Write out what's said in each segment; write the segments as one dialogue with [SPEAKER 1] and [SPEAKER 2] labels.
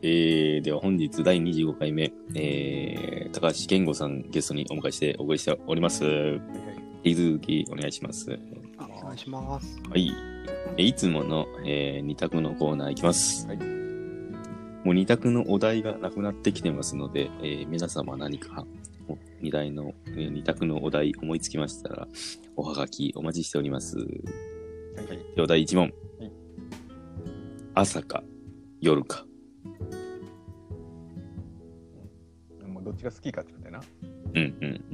[SPEAKER 1] えー、では本日第25回目、えー、高橋健吾さんゲストにお迎えしてお送りしております。引き続きお願いします。は
[SPEAKER 2] あお願いします。
[SPEAKER 1] い。えいつもの、えー、二択のコーナーいきます。
[SPEAKER 3] はい
[SPEAKER 1] もう二択のお題がなくなってきてますので、えー、皆様何かお二題の、えー二択のお題思いつきましたら、おはがきお待ちしております。
[SPEAKER 3] はい。
[SPEAKER 1] では第1問、
[SPEAKER 3] はい
[SPEAKER 1] 朝か夜か。
[SPEAKER 3] もうどっちが好きかってことやな。
[SPEAKER 1] うんうん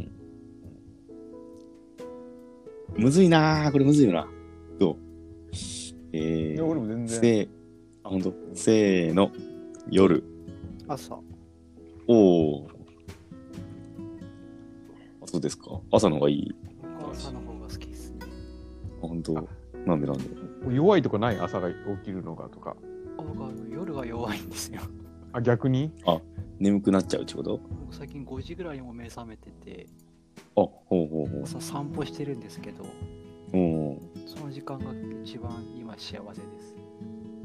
[SPEAKER 1] うん。むずいなぁ、これむずいよな。どうえ
[SPEAKER 3] いや、
[SPEAKER 1] ー、
[SPEAKER 3] 俺も全然。
[SPEAKER 1] せー、あほんと、せーの、夜。
[SPEAKER 2] 朝。
[SPEAKER 1] おお。あそうですか。朝の方がいい。
[SPEAKER 2] 僕は朝の方が好きです。
[SPEAKER 1] あほんと、なんでなんで。
[SPEAKER 3] 弱いとこない朝が起きるのがとか。
[SPEAKER 2] あ僕はあの夜が弱いんですよ。
[SPEAKER 3] あ、逆に
[SPEAKER 1] 眠くなっちゃうってこと
[SPEAKER 2] 僕最近5時ぐらいにも目覚めてて、
[SPEAKER 1] あ、ほうほうほ
[SPEAKER 2] 朝散歩してるんですけど、
[SPEAKER 1] う。うん。
[SPEAKER 2] その時間が一番今幸せです。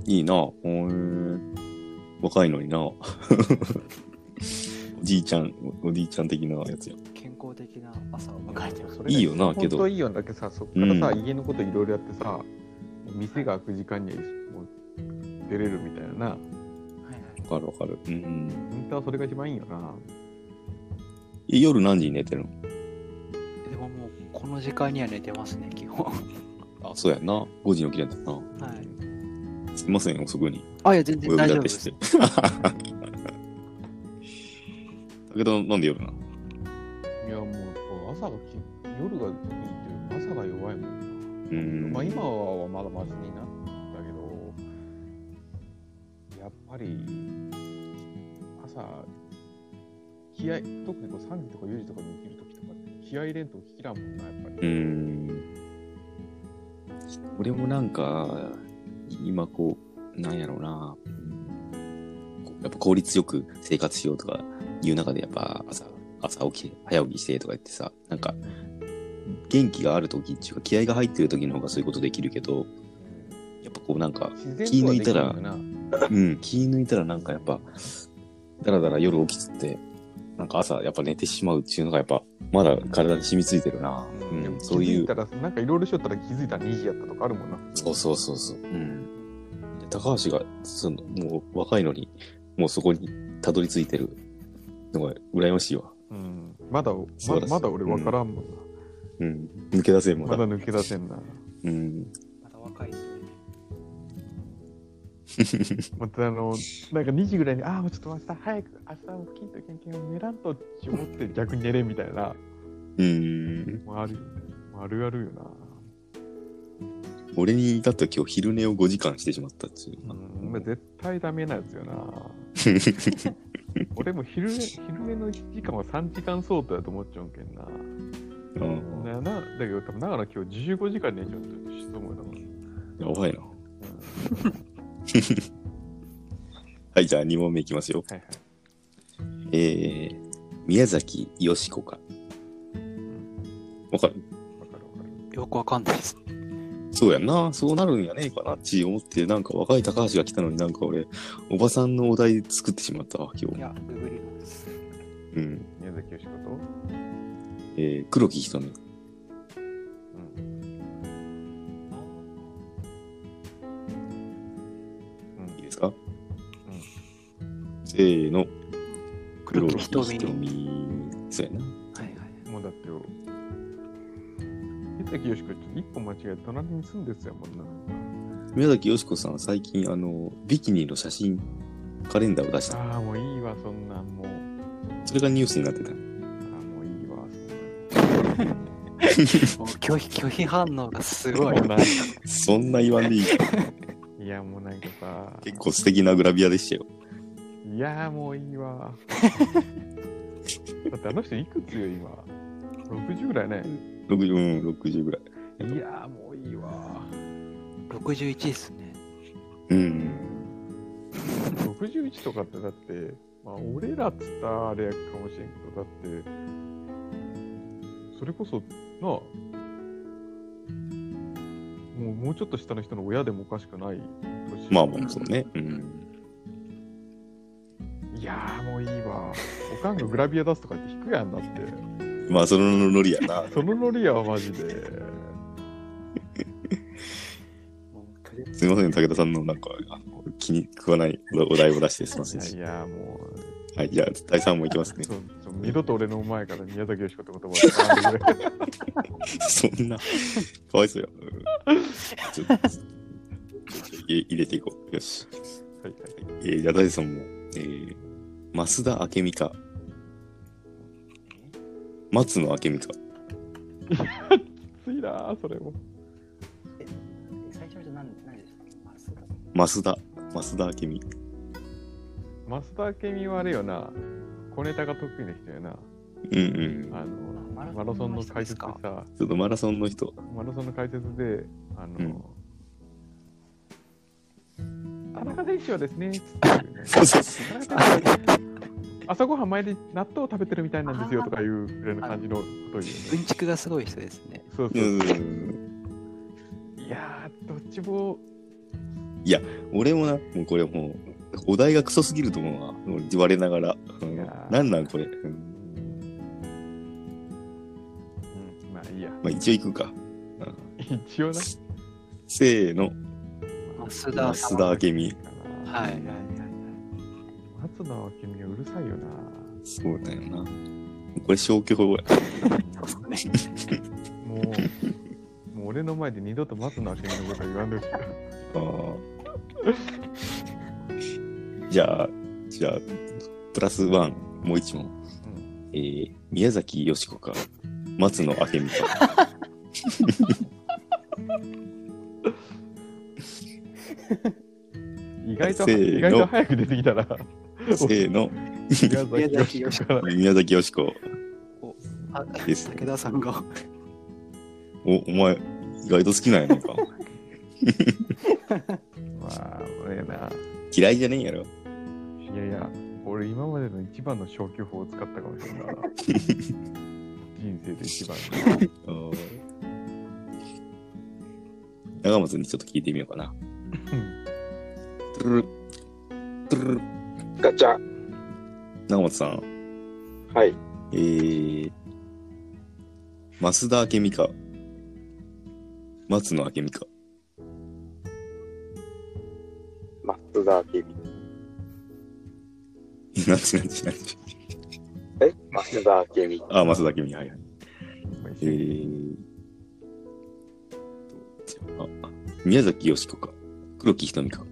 [SPEAKER 1] いいなぁ。へー若いのにな おじいちゃん、おおじいちゃん的なやつや。
[SPEAKER 2] 健康的な朝を迎えてます。
[SPEAKER 3] それが
[SPEAKER 1] いいよなけ
[SPEAKER 3] 本
[SPEAKER 1] ど
[SPEAKER 3] 当。いいよだけどさ、そっからさ、
[SPEAKER 1] う
[SPEAKER 3] 家のこといろいろやってさ、もう店が開く時間にはもう出れるみたいなな。
[SPEAKER 2] はいはい
[SPEAKER 1] わかるわかる。うん。
[SPEAKER 3] 本当はそれが一番いいよな。
[SPEAKER 1] え夜何時に寝てるの
[SPEAKER 2] でももうこの時間には寝てますね、基本。
[SPEAKER 1] あ、
[SPEAKER 2] は
[SPEAKER 1] そうやんな。5時に起きれんだよ
[SPEAKER 2] い。
[SPEAKER 1] な。すいません、遅くに。
[SPEAKER 2] あ、いや、全
[SPEAKER 1] お
[SPEAKER 2] 然
[SPEAKER 1] 呼び
[SPEAKER 2] 大丈
[SPEAKER 1] 立
[SPEAKER 2] 夫で
[SPEAKER 1] てし
[SPEAKER 2] す
[SPEAKER 1] て。。 だけど、なんで夜なの
[SPEAKER 3] いや、もう朝がき、夜がいいっていう、朝が弱いもん
[SPEAKER 1] うーん。
[SPEAKER 3] まあ今はまだマシになったけど、やっぱり朝、気合、特にこう3時とか4時とかに起きるときとかって気合入れんと起きらんもんな、やっぱ
[SPEAKER 1] うー
[SPEAKER 3] り。
[SPEAKER 1] ん。俺もなんか、今こう、なんやろうな。うんこうやっぱ効率よく生活しようとかいう中で、やっぱ朝、朝起きて、早起きしてとか言ってさ、なんか、元気がある時っていうか、気合が入ってる時の方がそういうことできるけど、やっぱこうなんか、
[SPEAKER 3] 自然とはできんだよな。
[SPEAKER 1] うん、気抜いたらなんかやっぱ、だらだら夜起きつって、なんか朝やっぱ寝てしまうっていうのがやっぱ、まだ体に染みついてるな。う
[SPEAKER 3] で
[SPEAKER 1] ん
[SPEAKER 3] も、気
[SPEAKER 1] そうい
[SPEAKER 3] づ
[SPEAKER 1] う
[SPEAKER 3] いた。ら、なんかいろいろしよったら気づいたら2時やったとかあるもんな。
[SPEAKER 1] そうそうそうそう。うん。で高橋が、その、もう若いのに、もうそこにたどり着いてるのが羨ましいわ。
[SPEAKER 3] うん。まだ、
[SPEAKER 1] 素晴
[SPEAKER 3] ま
[SPEAKER 1] らしい
[SPEAKER 3] まだ俺分からんもんな。
[SPEAKER 1] うん。抜け出せんもん
[SPEAKER 3] ま
[SPEAKER 1] な
[SPEAKER 3] だ抜け出せんな。
[SPEAKER 1] うん。
[SPEAKER 2] まだ若いですね。
[SPEAKER 3] またあの、なんか2時ぐらいに、ああ、もうちょっと明日早く、明日起きんとけんけん、寝らんとって思って逆に寝れみたいな。
[SPEAKER 1] うん。
[SPEAKER 3] もうあるよね。もうあるあるよな。
[SPEAKER 1] 俺に至っては今日昼寝を5時間してしまったっていう。
[SPEAKER 3] うん、まあ、絶対ダメなやつよな。 俺も昼寝昼寝の1時間は3時間相当やと思っちゃうんけんな。
[SPEAKER 1] うん
[SPEAKER 3] ななだけど、多分長野今日15時間寝ちゃうとしと思うだもん。
[SPEAKER 1] やばいな。 はい、じゃあ2問目いきますよ。
[SPEAKER 3] はいはい。
[SPEAKER 1] えー、宮崎よしこか。わかる
[SPEAKER 3] わかるわかる。
[SPEAKER 2] よくわかんないです。
[SPEAKER 1] そうやんな。そうなるんやねえかなって思って、なんか若い高橋が来たのになんか俺、おばさんのお題作ってしまったわ、今
[SPEAKER 2] い
[SPEAKER 1] 日。
[SPEAKER 2] や、ググります。
[SPEAKER 1] うん。
[SPEAKER 3] 宮崎よしこと、
[SPEAKER 1] えー、黒木ひとみ。
[SPEAKER 3] うん、
[SPEAKER 1] いいですかうん。せーの。
[SPEAKER 2] 黒木瞳
[SPEAKER 1] 瞳。そうやな。
[SPEAKER 2] はいはい。
[SPEAKER 3] うん。もうだってよ。宮崎よしこ、一歩間違えて隣に住んですやもんな。
[SPEAKER 1] 宮崎よしこさん、最近、あの、ビキニの写真、カレンダーを出した。
[SPEAKER 3] ああ、もういいわ、そんなんもう。
[SPEAKER 1] それがニュースになってた。
[SPEAKER 3] あーもういいわ、そんなん。
[SPEAKER 2] もう拒否拒否反応がす
[SPEAKER 3] も
[SPEAKER 2] ご
[SPEAKER 3] う
[SPEAKER 2] い。
[SPEAKER 3] なんか
[SPEAKER 1] そんな言わんでいい。
[SPEAKER 3] いやもうなんかさ
[SPEAKER 1] 結構素敵なグラビアでしたよ。
[SPEAKER 3] いやもういい わだってあの人いくつよ今60ぐらいね
[SPEAKER 1] 60、うん、60ぐらい。
[SPEAKER 3] いやもういいわ
[SPEAKER 2] 61ですね。
[SPEAKER 1] うん。
[SPEAKER 3] 61とかってだってまあ俺らっつったらあれやかもしれんけどだってそれこそなあもうもうちょっと下の人の親でもおかしくない年
[SPEAKER 1] まあまあ、そうね。うん。
[SPEAKER 3] やーもういいわ。おかんがグラビア出すとかって引くやんだって。
[SPEAKER 1] まあ、そのノリやな。
[SPEAKER 3] そのノリやわ、マジで。
[SPEAKER 1] すみません、武田さんのなんか、あの気に食わないお題を出してすみませんでし
[SPEAKER 3] いや、もう、
[SPEAKER 1] た。はい、じゃあ、第3問いき ますね。
[SPEAKER 3] ちょちょ二度と俺の前から宮崎美子って言葉が出て くる
[SPEAKER 1] そんな、かわいそうや。うんちょっと入れ入れてい こう。よし。
[SPEAKER 3] はい
[SPEAKER 1] えー、じゃあ、第3問。えー、増田明美か、松野明美か。
[SPEAKER 3] ついなー、それも。
[SPEAKER 2] え最初の人何何でしたっけマスだ
[SPEAKER 1] 増田、増田明美。
[SPEAKER 3] 増田明美はあれよな、小ネタが得意な人やな。
[SPEAKER 1] うんうん。
[SPEAKER 3] あ
[SPEAKER 2] あ
[SPEAKER 3] の、マ
[SPEAKER 2] マ
[SPEAKER 3] ラ
[SPEAKER 2] ラ
[SPEAKER 3] ソ
[SPEAKER 2] ソ
[SPEAKER 3] ン
[SPEAKER 2] ン
[SPEAKER 3] の
[SPEAKER 2] の
[SPEAKER 3] 解
[SPEAKER 2] 解
[SPEAKER 3] 説で
[SPEAKER 2] 説か
[SPEAKER 3] さ、
[SPEAKER 1] ちょっとマラソンの人、
[SPEAKER 3] マラソンの解説で、あの、田中選手はです ね、つって言うよね
[SPEAKER 1] そうそうそ
[SPEAKER 3] 田中 選手はですね朝ごはん前に納豆を食べてるみたいなんですよとかいうぐらいの感じのことを言うね。
[SPEAKER 2] うんちくがすごい人ですね。
[SPEAKER 3] そう
[SPEAKER 1] う
[SPEAKER 3] そう。
[SPEAKER 1] ん。
[SPEAKER 3] いやー、どっちも、
[SPEAKER 1] 俺もな、もうこれもう、お題がクソすぎると思うわ。もう言われながら。うん
[SPEAKER 3] いやー
[SPEAKER 1] なんなんこれ。うん
[SPEAKER 3] うん、まあいいや。
[SPEAKER 1] まあ、一応行くか。
[SPEAKER 3] 一 応な。
[SPEAKER 1] せーの、
[SPEAKER 2] 増田
[SPEAKER 1] 増田明美。
[SPEAKER 3] は
[SPEAKER 2] はいはいはい。
[SPEAKER 3] 松野明美はうるさいよな。
[SPEAKER 1] そうだよな。これ消去法や。
[SPEAKER 2] そうですね。
[SPEAKER 3] もう、もう俺の前で二度と松野明美のことは言わんでほしい。
[SPEAKER 1] あー じゃあ、じゃあ、プラスワン、もう一問。
[SPEAKER 3] うん
[SPEAKER 1] えー、宮崎よしこか、松野明美 か。
[SPEAKER 3] 意外と、
[SPEAKER 1] せーの
[SPEAKER 3] 意外と早く出てきたら、
[SPEAKER 1] せーの、
[SPEAKER 3] 宮崎よしから。
[SPEAKER 1] 宮崎よしこ。
[SPEAKER 2] あ
[SPEAKER 1] です
[SPEAKER 2] 武田さんが。
[SPEAKER 1] お、お前、意外と好きなんやないか。
[SPEAKER 3] まあ、俺な。
[SPEAKER 1] 嫌いじゃねえんやろ。
[SPEAKER 3] いやいや、俺今までの一番の消去法を使ったかもしれないな。人生で一番。
[SPEAKER 1] あー長松にちょっと聞いてみようかな。トゥルルトゥルルル
[SPEAKER 4] ガチャ。
[SPEAKER 1] 長松さん、
[SPEAKER 4] はい。
[SPEAKER 1] えー、増田明美か、松野明美か。
[SPEAKER 4] 松田明美。
[SPEAKER 1] なんちなんちなんち。
[SPEAKER 4] え松田明美。
[SPEAKER 1] あ、増田明美、はいはい。
[SPEAKER 3] まあ
[SPEAKER 1] え
[SPEAKER 3] 一緒
[SPEAKER 1] ー、
[SPEAKER 3] に
[SPEAKER 1] じゃあ、宮崎よしこか、黒木ひとみか。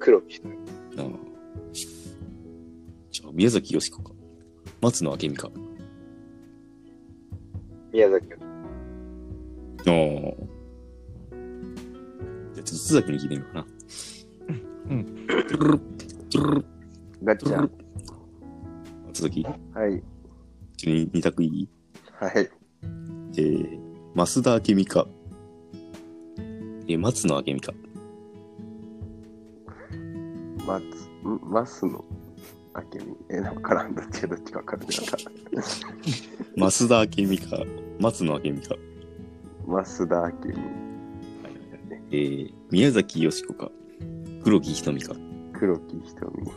[SPEAKER 4] 黒木瞳。
[SPEAKER 1] あーじゃあ、宮崎よしこか、松野明美か。
[SPEAKER 4] 宮崎明美。
[SPEAKER 1] ああ。じゃあ、ちょっと須崎に聞いてみようかな。
[SPEAKER 3] うん。
[SPEAKER 1] トゥルルトゥルル
[SPEAKER 4] ガ
[SPEAKER 1] トゥルル。須崎、
[SPEAKER 4] はい。
[SPEAKER 1] ちょっと二択いい
[SPEAKER 4] はい。
[SPEAKER 1] えー、増田明美か、えー、松野明美か。
[SPEAKER 4] 松、ん松野明美。え、なんかからんどっちがどっちかわかるんなかった。
[SPEAKER 1] 増田明美か、松野明美か。
[SPEAKER 4] 増田明美。
[SPEAKER 1] えー、宮崎よしこか、黒木ひとみか。
[SPEAKER 4] 黒木瞳。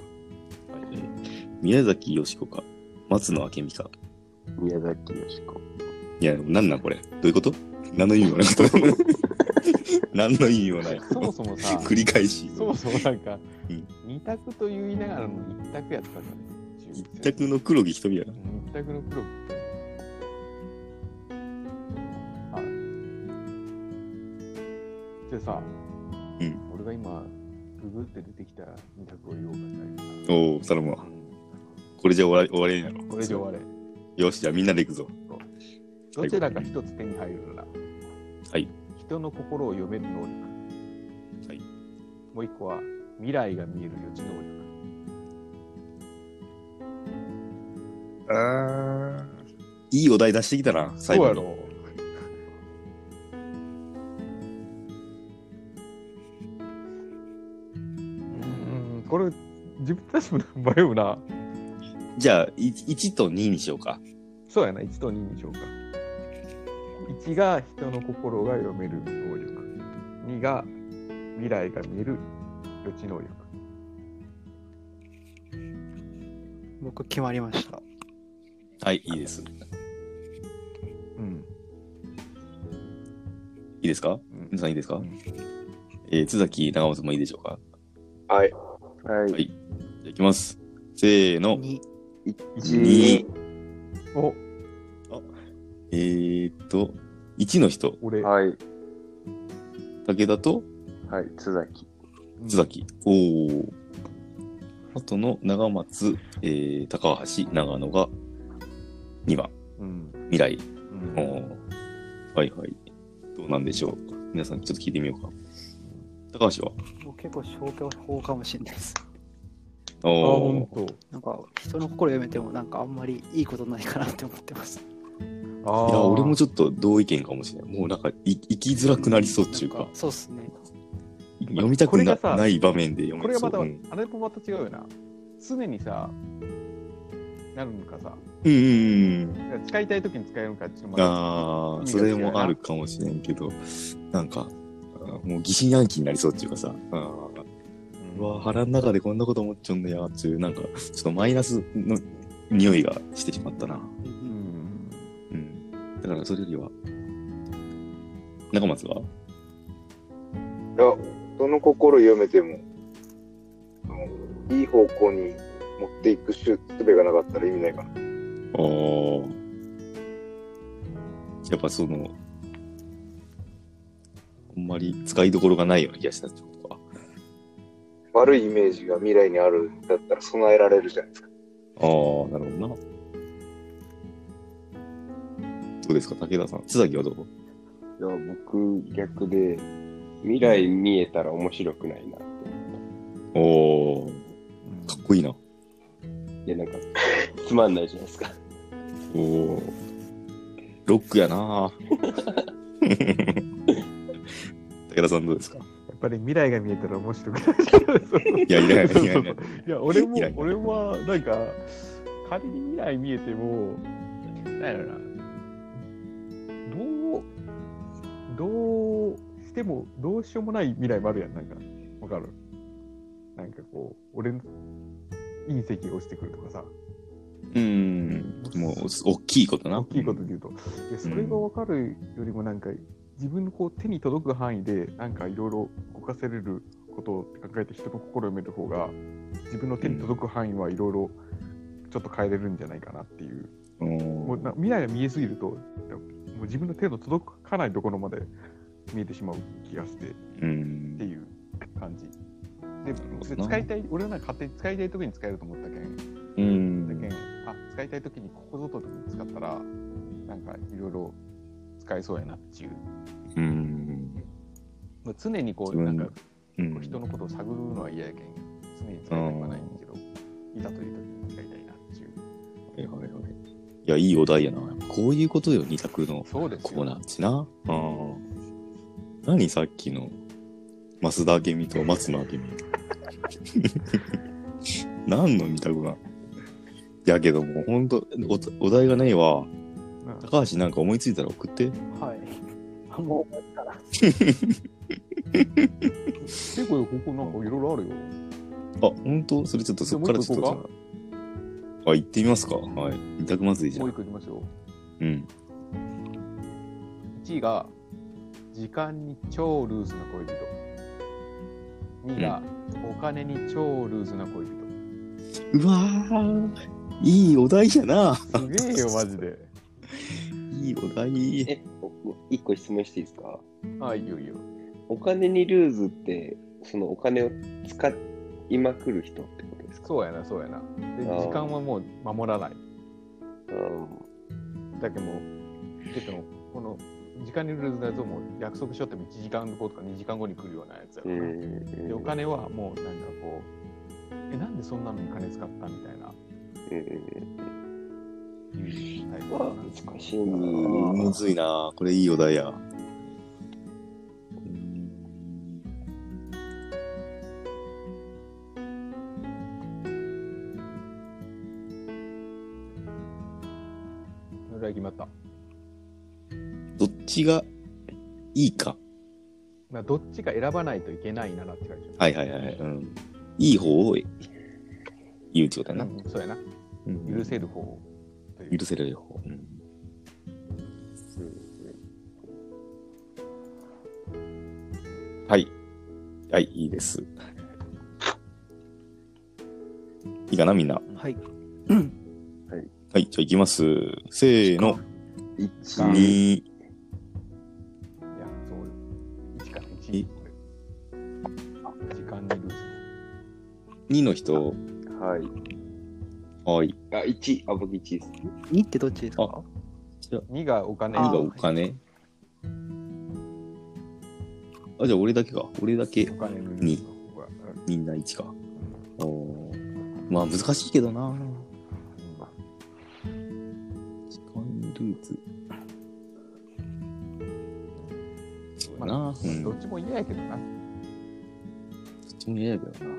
[SPEAKER 1] えー宮崎よしこか、松野明美か。
[SPEAKER 4] 宮崎美子。
[SPEAKER 1] いや、なんなんこれどういうこと何の意味もないこと。 何の意味も ない。
[SPEAKER 3] そもそもさ、
[SPEAKER 1] 繰り返し。
[SPEAKER 3] そもそもなんか
[SPEAKER 1] うん、
[SPEAKER 3] 二択と言いながらも一択やったからね。
[SPEAKER 1] 一択の黒木ひとみやな。
[SPEAKER 3] うん一択の黒木あじゃあさ、
[SPEAKER 1] うん
[SPEAKER 3] 俺が今ググって出てきた二択を言おうかな
[SPEAKER 1] おお、頼むわ。これじゃ終わり終われんやろ。
[SPEAKER 3] これ以上あれ
[SPEAKER 1] よし、じゃあみんなで行くぞ。
[SPEAKER 3] どちらか一つ手に入るなら
[SPEAKER 1] はい
[SPEAKER 3] 人の心を読める能力
[SPEAKER 1] はい
[SPEAKER 3] もう一個は未来が見える予知能力
[SPEAKER 4] あ
[SPEAKER 1] いいお題出してきたな、最後に。
[SPEAKER 3] ろうんこれ自分たちも迷うな
[SPEAKER 1] じゃあ、い1と2にしようか。
[SPEAKER 3] そうやな1と2にしようか1が人の心が読める能力2が未来が見える予知能力
[SPEAKER 2] 僕決まりました。
[SPEAKER 1] はい、いいです。い
[SPEAKER 3] うん。
[SPEAKER 1] いですか
[SPEAKER 3] うん
[SPEAKER 1] 皆さんいいですか
[SPEAKER 3] うん
[SPEAKER 1] えー、津崎、長松もいいでしょうか
[SPEAKER 4] はい。は
[SPEAKER 1] はい
[SPEAKER 4] い。
[SPEAKER 1] じゃあいきます。せーの。
[SPEAKER 2] に
[SPEAKER 1] 二
[SPEAKER 4] 一、
[SPEAKER 3] お、
[SPEAKER 1] えーっと、1の人、
[SPEAKER 3] 俺。
[SPEAKER 4] はい。
[SPEAKER 1] 武田と
[SPEAKER 4] はい。津崎。
[SPEAKER 3] うん
[SPEAKER 1] 津。崎。おお。あとの長松、えー、高橋、長野が2番、
[SPEAKER 3] うん。
[SPEAKER 1] 未来。
[SPEAKER 3] うん
[SPEAKER 1] おーはいはい。どうなんでしょう皆さんちょっと聞いてみようか。高橋は
[SPEAKER 2] 僕結構消去法かもしれないです。
[SPEAKER 1] お
[SPEAKER 3] あ、
[SPEAKER 1] お
[SPEAKER 3] ほん。と。
[SPEAKER 2] なんか人の心読めてもなんかあんまりいいことないかなって思ってます。
[SPEAKER 3] あー
[SPEAKER 1] いや、俺もちょっと同意見かもしれない。もうなんか、い生きづらくなりそうっていう
[SPEAKER 2] な
[SPEAKER 1] か
[SPEAKER 2] ん、そうっすね。
[SPEAKER 1] 読みたく
[SPEAKER 3] これ
[SPEAKER 1] な
[SPEAKER 3] がさ
[SPEAKER 1] ない場面で読め
[SPEAKER 3] これがまた、
[SPEAKER 1] そううん
[SPEAKER 3] あれもまた違うよな。常にさ、なるのかさ、
[SPEAKER 1] うんうんうん。
[SPEAKER 3] 使いたいときに使えるのかちょっとまた
[SPEAKER 1] あ
[SPEAKER 3] 意
[SPEAKER 1] あ、
[SPEAKER 3] 味
[SPEAKER 1] そ
[SPEAKER 3] が違
[SPEAKER 1] れ
[SPEAKER 3] うな
[SPEAKER 1] もあるかもしれんけど、なんか、あーもう疑心暗鬼になりそうっていうかさ、あーうわー、腹の中でこんなこと思っちゃうんだよっていう、なんか、ちょっとマイナスの匂いがしてしまったな。
[SPEAKER 2] うんう
[SPEAKER 3] うんん。
[SPEAKER 1] うん。だからそれよりは、中松はい
[SPEAKER 5] や、人の心読めても、うんいい方向に持っていく術がなかったら意味ないかな。
[SPEAKER 1] ああ。やっぱその、あんまり使いどころがないような気がしたってことか。
[SPEAKER 5] 悪いイメージが未来にあるんだったら備えられるじゃないですか。
[SPEAKER 1] ああ、なるほどな。どうですか、武田さん。津崎はどう
[SPEAKER 4] いや、僕、逆で、未来見えたら面白くないなって。
[SPEAKER 1] おお、かっこいいな。
[SPEAKER 4] いや、なんか、つまんないじゃないですか。
[SPEAKER 1] おお、ロックや な。武田さんどうですか
[SPEAKER 3] やっぱり未来が見えたら面白くない。
[SPEAKER 1] いやいらない
[SPEAKER 3] そう
[SPEAKER 1] いらない
[SPEAKER 3] そういや、俺も
[SPEAKER 1] いらない、
[SPEAKER 3] 俺は、なんか、仮に未来見えても、なんやろな、どう、どうしても、どうしようもない未来もあるやん、なんか、わかるなんかこう、俺の隕石が落ちてくるとかさ、
[SPEAKER 1] うん、もう、大きいことな。
[SPEAKER 3] 大きいことで言うと、いやそれがわかるよりも、なんか、自分のこう手に届く範囲で、なんかいろいろ動かせれることを考えて、人の心を読める方が、自分の手に届く範囲はいろいろちょっと変えれるんじゃないかなっていう、
[SPEAKER 1] うん
[SPEAKER 3] もうな未来が見えすぎると、もう自分の手の届かないところまで見えてしまう気がしてっ
[SPEAKER 1] う
[SPEAKER 3] て
[SPEAKER 1] ん。
[SPEAKER 3] いう感じ。
[SPEAKER 1] ほど
[SPEAKER 3] で、
[SPEAKER 1] な
[SPEAKER 3] 使いたい、俺はなんか勝手に使いたい時に使えると思った
[SPEAKER 1] う
[SPEAKER 3] けん。だけん
[SPEAKER 1] ん。
[SPEAKER 3] あ使いたい時にここぞと時に使ったらなんかいろいろ使えそうやなっていう、
[SPEAKER 1] うん。
[SPEAKER 3] まあ、常にこう
[SPEAKER 1] 自
[SPEAKER 3] な
[SPEAKER 1] 分
[SPEAKER 3] んかこ
[SPEAKER 1] う
[SPEAKER 3] う人
[SPEAKER 1] ん。
[SPEAKER 3] のことを探るのは嫌やけん常に使いたくはないんだけどいざという時に使いたいなっていう
[SPEAKER 1] はいはいはい。いや、いいお題やな。こういうことよ、二択の
[SPEAKER 3] そうです
[SPEAKER 1] コー
[SPEAKER 3] よ
[SPEAKER 1] ナーっちな。うん。何さっきの、増田明美と松野明美。 何の二択が。いやけどもうほんと、おお題がないわ。
[SPEAKER 3] うん
[SPEAKER 1] 高橋なんか思いついたら送って。
[SPEAKER 2] はい。あもう
[SPEAKER 3] 結構ここなんかいろいろあるよ
[SPEAKER 1] あ、ほんとそれちょっとそっからちょっと
[SPEAKER 3] じゃあも
[SPEAKER 1] じ
[SPEAKER 3] う
[SPEAKER 1] ゃあ。あ、行ってみますか。はい。二択まずいじゃ
[SPEAKER 3] もうん一。個いきましょう
[SPEAKER 1] うん。
[SPEAKER 3] 1位が時間に超ルーズな恋人2が、お金に超ルーズな恋人
[SPEAKER 1] うわー。いいお題やな。
[SPEAKER 3] すげえよマジで
[SPEAKER 1] いいお題。
[SPEAKER 4] え、お一個質問していいですか
[SPEAKER 3] ああいいよいいよ
[SPEAKER 4] お金にルーズって、そのお金を使いまくる人ってことですか
[SPEAKER 3] そうやな、そうやな。で、
[SPEAKER 4] あー
[SPEAKER 3] 時間はもう守らない。
[SPEAKER 4] うん
[SPEAKER 3] だけどもう、だけどもこの時間にルーズなやつをもう約束しよっても1時間後とか2時間後に来るようなやつやか
[SPEAKER 4] う
[SPEAKER 3] ら、
[SPEAKER 4] ん
[SPEAKER 3] で、お金はもうなんかこう、え、なんでそんなのに金使ったみたいな、
[SPEAKER 4] うん
[SPEAKER 3] いうタイプ
[SPEAKER 4] う
[SPEAKER 3] だ
[SPEAKER 4] わ
[SPEAKER 3] な。
[SPEAKER 4] 難しいう
[SPEAKER 1] ー
[SPEAKER 4] な
[SPEAKER 1] んむずいな。これいいお題や。うーん
[SPEAKER 3] それぐらい決まった。
[SPEAKER 1] どっちがいいか。
[SPEAKER 3] まあ、どっちか選ばないといけないならって感じ。
[SPEAKER 1] はいはいはい。うん、いい方を言うってことやな。
[SPEAKER 3] うんそうやな。
[SPEAKER 1] うん
[SPEAKER 3] 許せる方という
[SPEAKER 1] 許せる方。うんはい。はい、いいです。いいかな、みんな。
[SPEAKER 2] はい。
[SPEAKER 1] はい、じゃあ行きます。せーの。
[SPEAKER 4] 一、
[SPEAKER 1] 2、
[SPEAKER 3] いや、そう、1から1これ。時間にルーズ。
[SPEAKER 1] 2の人。
[SPEAKER 4] はい。
[SPEAKER 1] はい。
[SPEAKER 5] あ、1、あ、僕1です。
[SPEAKER 2] 2ってどっちですか
[SPEAKER 3] 2がお金。
[SPEAKER 1] 2がお金。あ、じゃあ俺だけか。俺だけ
[SPEAKER 3] お金の
[SPEAKER 1] 二
[SPEAKER 3] ここがうん
[SPEAKER 1] みんな1か。おーまあ難しいけどな。時間ルーツ。そうやな。
[SPEAKER 3] まあ
[SPEAKER 1] うん
[SPEAKER 3] どっちも嫌やけどな。
[SPEAKER 1] どっちも嫌やけどな。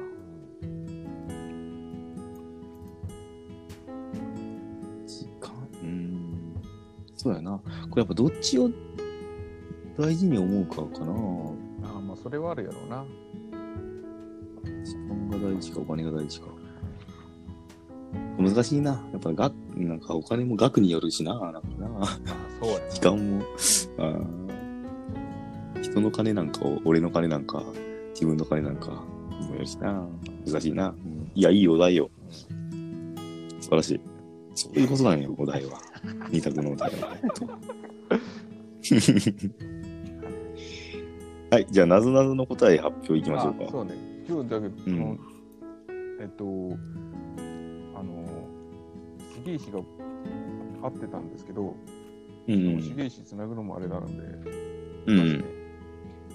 [SPEAKER 1] 時間うーん。そうやな。これやっぱどっちを大事に思うかかな。
[SPEAKER 3] ああ、まあ、それはあるやろうな。
[SPEAKER 1] 時間が大事かお金が大事か。難しいな。やっぱ額、なんかお金も額によるしな。なんかな。
[SPEAKER 3] ああ、そうやな。
[SPEAKER 1] 時間も。あー人の金なんかを、俺の金なんか、自分の金なんかにもよるしな。難しいな。うんいや、いいお題よ。素晴らしい。そういうことなんよ、お題 は。二択のお題は。本当 はい、じゃあ、なぞなぞの答え発表いきましょう
[SPEAKER 3] あ
[SPEAKER 1] か。
[SPEAKER 3] そうね。今日だけど、そのえっと、あの、杉石が会ってたんですけど、
[SPEAKER 1] う
[SPEAKER 3] でも
[SPEAKER 1] ん。
[SPEAKER 3] 杉石つなぐのもあれなので、
[SPEAKER 1] う
[SPEAKER 3] まずね
[SPEAKER 1] ん。
[SPEAKER 3] え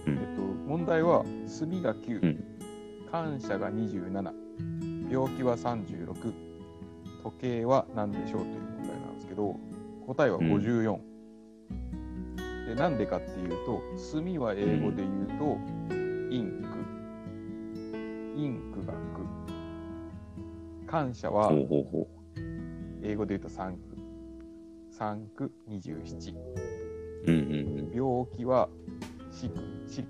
[SPEAKER 1] う
[SPEAKER 3] っ
[SPEAKER 1] ん
[SPEAKER 3] と、問題は、炭が9、
[SPEAKER 1] う
[SPEAKER 3] 感謝が27、病気は36、時計は何でしょうという問題なんですけど、答えは54。で、なんでかっていうと、炭は英語で言うと、インク、インクが9、感謝は
[SPEAKER 1] ほうほうほ
[SPEAKER 3] 英語で言うと3区、3区27、
[SPEAKER 1] う。うんうん
[SPEAKER 3] 病気は四区、四区、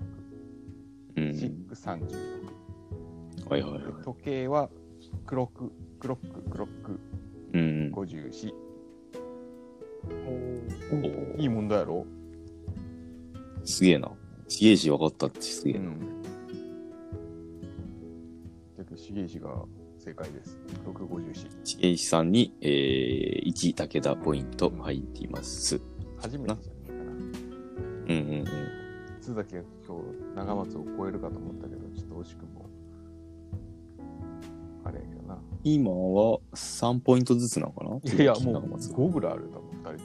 [SPEAKER 1] うん。う
[SPEAKER 3] シ
[SPEAKER 1] ん
[SPEAKER 3] ック36。
[SPEAKER 1] はいはいはい。
[SPEAKER 3] 時計はクロック、クロック、クロック
[SPEAKER 1] うん。
[SPEAKER 3] 54。
[SPEAKER 1] おー
[SPEAKER 3] いい問題やろ、
[SPEAKER 1] すげえな。すげえし、分かったってすげえな。
[SPEAKER 3] だけど、重石が正解です。654。
[SPEAKER 1] ちげいしさんに、えー、1武田ポイント入っています。
[SPEAKER 3] 初めてじゃないかな。
[SPEAKER 1] うんうんうん。
[SPEAKER 3] 津崎が今日、長松を超えるかと思ったけど、ちょっと惜しくも。あれやけどな。
[SPEAKER 1] 今は3ポイントずつなのかない
[SPEAKER 3] いや、もう
[SPEAKER 1] 長松
[SPEAKER 3] 5ぐらいあると思う、2人とも。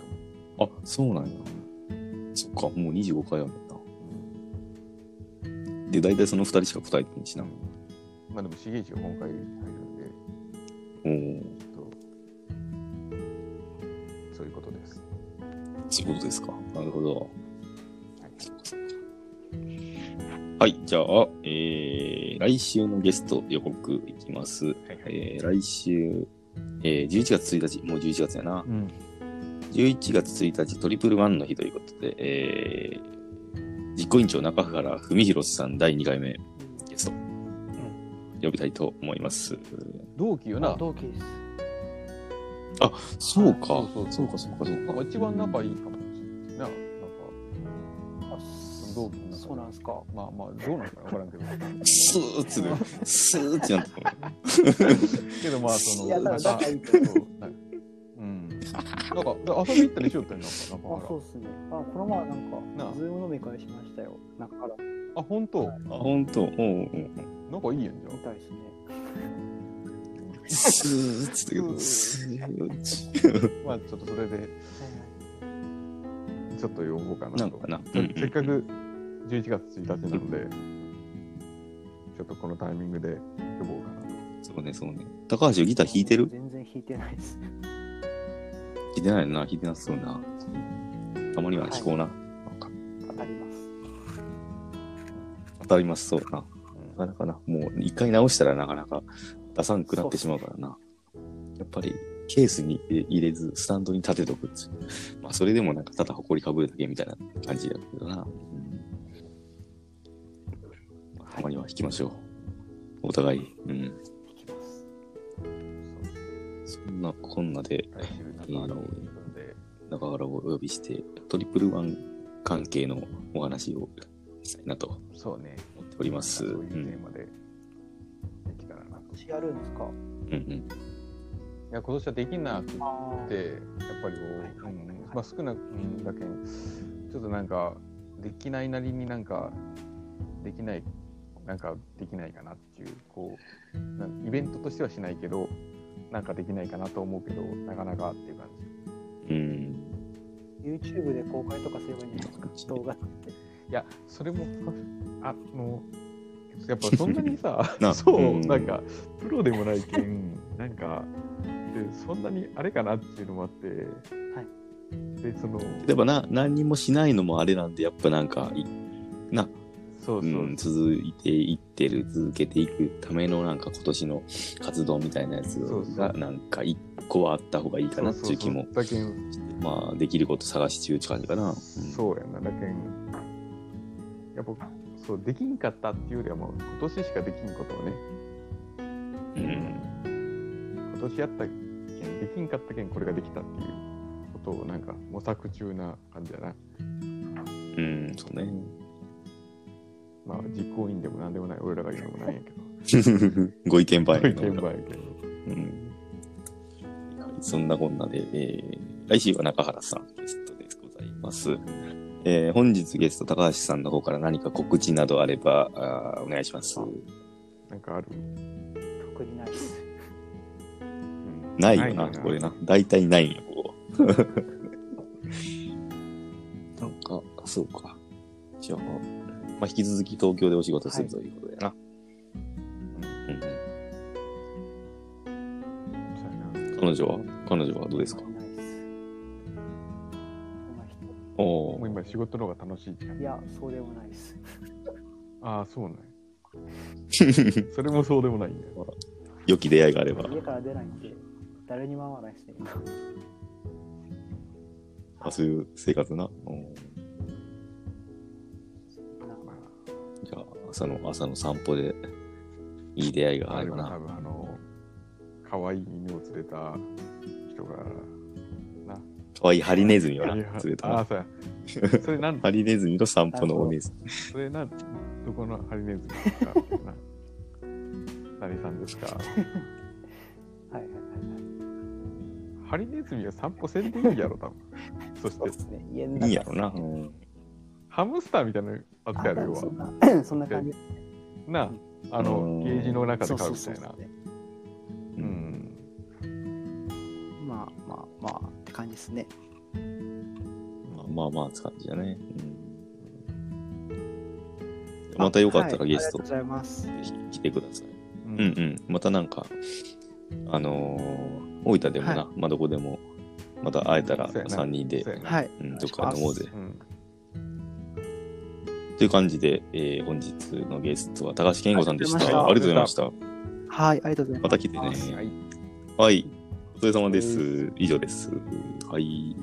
[SPEAKER 1] あ、そうなんや。そっか、もう25回あるんだ。で、大体その2人しか答えてないしな。
[SPEAKER 3] まあでも、重石が今回入るんで、
[SPEAKER 1] おー
[SPEAKER 3] ちょっと、そういうことです。
[SPEAKER 1] そういうことですか。なるほど。はい、じゃあ、えー、来週のゲスト予告いきます。えー、来週、えー、11月1日、もう11月やな。
[SPEAKER 3] うん。
[SPEAKER 1] 11月1日、トリプルワンの日ということで、えー、実行委員長中原文宏さん第2回目ゲスト、呼びたいと思います。
[SPEAKER 3] 同期よな。
[SPEAKER 2] 同期です。
[SPEAKER 1] そうか、
[SPEAKER 3] そうそ
[SPEAKER 1] そう
[SPEAKER 3] う
[SPEAKER 1] か、そうか、そう
[SPEAKER 3] なんか一番仲いいかもしれないな。なんか、同期の中で
[SPEAKER 2] そうなんですか。
[SPEAKER 3] まあまあ、どうなんかわからんけど。
[SPEAKER 1] スーッつね、スーッてなった。
[SPEAKER 3] けどまあ、そ
[SPEAKER 2] い
[SPEAKER 3] の、
[SPEAKER 2] や
[SPEAKER 3] な
[SPEAKER 2] だか
[SPEAKER 3] ん
[SPEAKER 2] ら
[SPEAKER 3] か、
[SPEAKER 2] 仲いい
[SPEAKER 3] そうなんかうん。なんか、で遊び行ったりしよったよ、なんか、
[SPEAKER 2] あ
[SPEAKER 3] なん、
[SPEAKER 2] そ
[SPEAKER 3] か
[SPEAKER 2] うですね。あ、この前なん
[SPEAKER 3] なあ
[SPEAKER 2] か、ズーム飲み会しましたよ。中から
[SPEAKER 3] あ、本当
[SPEAKER 2] は
[SPEAKER 1] あ、ほんと、おうおう
[SPEAKER 3] なんかいいやん、じゃ
[SPEAKER 2] 見たいですね。
[SPEAKER 1] おうスーッつったけど、スーッ
[SPEAKER 3] あ。まあ、ちょっとそれで、ちょっと呼ぼうかなと。
[SPEAKER 1] なんかな。
[SPEAKER 3] せせっかく11月1日なので、ちょっとこのタイミングで呼ぼうかなと。
[SPEAKER 1] そうね、そうね。高橋ギター弾いてる
[SPEAKER 2] 全然弾いてないです。
[SPEAKER 1] 弾いてないな、弾いてなさそうな。たまには弾こうな。なんか
[SPEAKER 2] 当たります。
[SPEAKER 1] 当たりますそうな。なかなかな、もう一回直したらなかなか出さんくなってしまうからな。やっぱりケースに入れず、スタンドに立てとくっていう。まあ、それでもなんかただ埃かぶるだけみたいな感じだけどな。うんまあたまには弾きましょう。お互い。うん。
[SPEAKER 2] 弾きます。
[SPEAKER 1] そんなここんなで
[SPEAKER 3] 来週中原を呼んで、
[SPEAKER 1] 中原をお呼びして、トリプルワン関係のお話をしたいなと
[SPEAKER 3] そうね、
[SPEAKER 1] 思っております。
[SPEAKER 3] そうういうテー
[SPEAKER 1] ん
[SPEAKER 3] マでできたらなと。い
[SPEAKER 2] やるんですか
[SPEAKER 1] うんうん
[SPEAKER 3] や、今年はできなく
[SPEAKER 2] あー
[SPEAKER 3] って、やっぱりこう、
[SPEAKER 2] はいはい
[SPEAKER 3] うん
[SPEAKER 2] はい
[SPEAKER 3] まあ、少なくだけに、ちょっとなんか、できないなりになんか、できない、なんかできないかなっていう、こう、なんイベントとしてはしないけど、なんかできないかなと思うけど、なかなかっていう感じ。
[SPEAKER 1] うん
[SPEAKER 2] YouTube で公開とかすればいいんじゃないですか動画
[SPEAKER 3] いや、それも、あの、やっぱそんなにさ
[SPEAKER 1] な、
[SPEAKER 3] そう、
[SPEAKER 1] うん
[SPEAKER 3] なんか、プロでもないけん、なんか、でそんなにあれかなっていうのもあって、で、その、
[SPEAKER 1] 例えばな何にもしないのもあれなんでやっぱなんかいな
[SPEAKER 3] そう
[SPEAKER 1] う
[SPEAKER 3] そう、
[SPEAKER 1] ん、続いていってる続けていくためのなんか今年の活動みたいなやつ
[SPEAKER 3] そうそう
[SPEAKER 1] がなんか一個はあった方がいいかなっていう気も
[SPEAKER 3] そうそうそうだけん
[SPEAKER 1] まあできること探し中って感じかな、う
[SPEAKER 3] そうやな、だけん、やっぱ、そう、できんかったっていうよりは、もう、今年しかできんことをね、
[SPEAKER 1] ん、うん、
[SPEAKER 3] 今年やったけん、できんかったけん、これができたっていうことを、なんか、模索中な感じやな。
[SPEAKER 1] うん、そう ね
[SPEAKER 3] まあ、実行委員でもなんでもない、俺らが言うのもなんやけど。
[SPEAKER 1] ご意見番
[SPEAKER 3] ご
[SPEAKER 1] や
[SPEAKER 3] 意見
[SPEAKER 1] な
[SPEAKER 3] 番やけど。
[SPEAKER 1] うんはいそんなこんなで、えー来週は中原さんゲストでございます。えー本日ゲスト高橋さんの方から何か告知などあればあーお願いします。
[SPEAKER 3] なんかある、
[SPEAKER 2] 特にないです
[SPEAKER 3] うん
[SPEAKER 1] ないよな、これな。大体ないよ、ここ。なんか、 そうか。じゃあ、まあ、引き続き東京でお仕事するということだよな。うんう
[SPEAKER 3] そうやなん
[SPEAKER 1] 彼女は彼女はどうですか
[SPEAKER 2] 特にないです
[SPEAKER 1] お
[SPEAKER 3] も
[SPEAKER 1] お
[SPEAKER 3] う今仕事の方が楽しいじゃん
[SPEAKER 2] い。やそうでもないです
[SPEAKER 3] ああ、そうなんや
[SPEAKER 1] ー。
[SPEAKER 3] それもそうでもないんだよ。
[SPEAKER 1] 良き出会いがあれば。
[SPEAKER 2] 家から出ないんで誰にも会わないですね今
[SPEAKER 1] あそういう生活な。うん
[SPEAKER 2] な
[SPEAKER 1] じゃあ、朝の、朝の散歩で、いい出会いがあ
[SPEAKER 3] あ
[SPEAKER 1] れ
[SPEAKER 3] れ
[SPEAKER 1] ば
[SPEAKER 3] は
[SPEAKER 1] な
[SPEAKER 3] 多。分あの、可愛い犬を連れた人が、な。
[SPEAKER 1] かわいいハリネズミをな、
[SPEAKER 3] い
[SPEAKER 1] 連
[SPEAKER 3] や
[SPEAKER 1] れた
[SPEAKER 3] ああ、
[SPEAKER 1] な。
[SPEAKER 3] そうや。 それなん、
[SPEAKER 1] ハリネズミの散歩のお姉さん。
[SPEAKER 3] それなん、どこのハリネズミ ですかな何さんですか
[SPEAKER 2] はいはいはいはい
[SPEAKER 3] ハリネズミは散歩せんでいいやろ、多分。そし
[SPEAKER 2] そう
[SPEAKER 3] て
[SPEAKER 2] で、すね家の中
[SPEAKER 1] いいやろな。うん
[SPEAKER 3] ハムスターみたいな扱い
[SPEAKER 2] あ
[SPEAKER 3] あるよ
[SPEAKER 2] そ
[SPEAKER 3] は
[SPEAKER 2] ん。なそんな感じ
[SPEAKER 3] なあ、あ
[SPEAKER 1] う
[SPEAKER 3] の
[SPEAKER 1] ん、
[SPEAKER 3] ゲージの中で
[SPEAKER 2] そう
[SPEAKER 3] 買
[SPEAKER 2] そうう
[SPEAKER 3] みた
[SPEAKER 2] そう
[SPEAKER 3] いな。
[SPEAKER 1] う
[SPEAKER 3] うんん。
[SPEAKER 2] まあまあまあって感じですね
[SPEAKER 1] まあまあ、って感じだね。うんまたよかった
[SPEAKER 2] あ
[SPEAKER 1] ら
[SPEAKER 2] はい
[SPEAKER 1] ゲスト、
[SPEAKER 2] ありがとうございます
[SPEAKER 1] ぜひ来てください。
[SPEAKER 3] う
[SPEAKER 1] うんうん。またなんか、あのー大分でもな、まあどこでも、また会えたら
[SPEAKER 3] そうやな
[SPEAKER 1] 3人で
[SPEAKER 3] そう、やな
[SPEAKER 2] はい
[SPEAKER 1] うん、どっか飲もうぜ。
[SPEAKER 3] うん
[SPEAKER 1] という感じで、えー本日のゲストは高橋健吾さんでした。あ
[SPEAKER 2] あ
[SPEAKER 1] り
[SPEAKER 3] り
[SPEAKER 1] が
[SPEAKER 3] が
[SPEAKER 1] と
[SPEAKER 3] と
[SPEAKER 1] う
[SPEAKER 3] う
[SPEAKER 1] ご
[SPEAKER 3] ご
[SPEAKER 1] ざ
[SPEAKER 3] ざ
[SPEAKER 1] い
[SPEAKER 3] い
[SPEAKER 1] ま
[SPEAKER 3] ま
[SPEAKER 1] し。
[SPEAKER 3] した
[SPEAKER 2] はいありがとうございます
[SPEAKER 1] また来てね。はい。お疲れ様です。以上です。はい。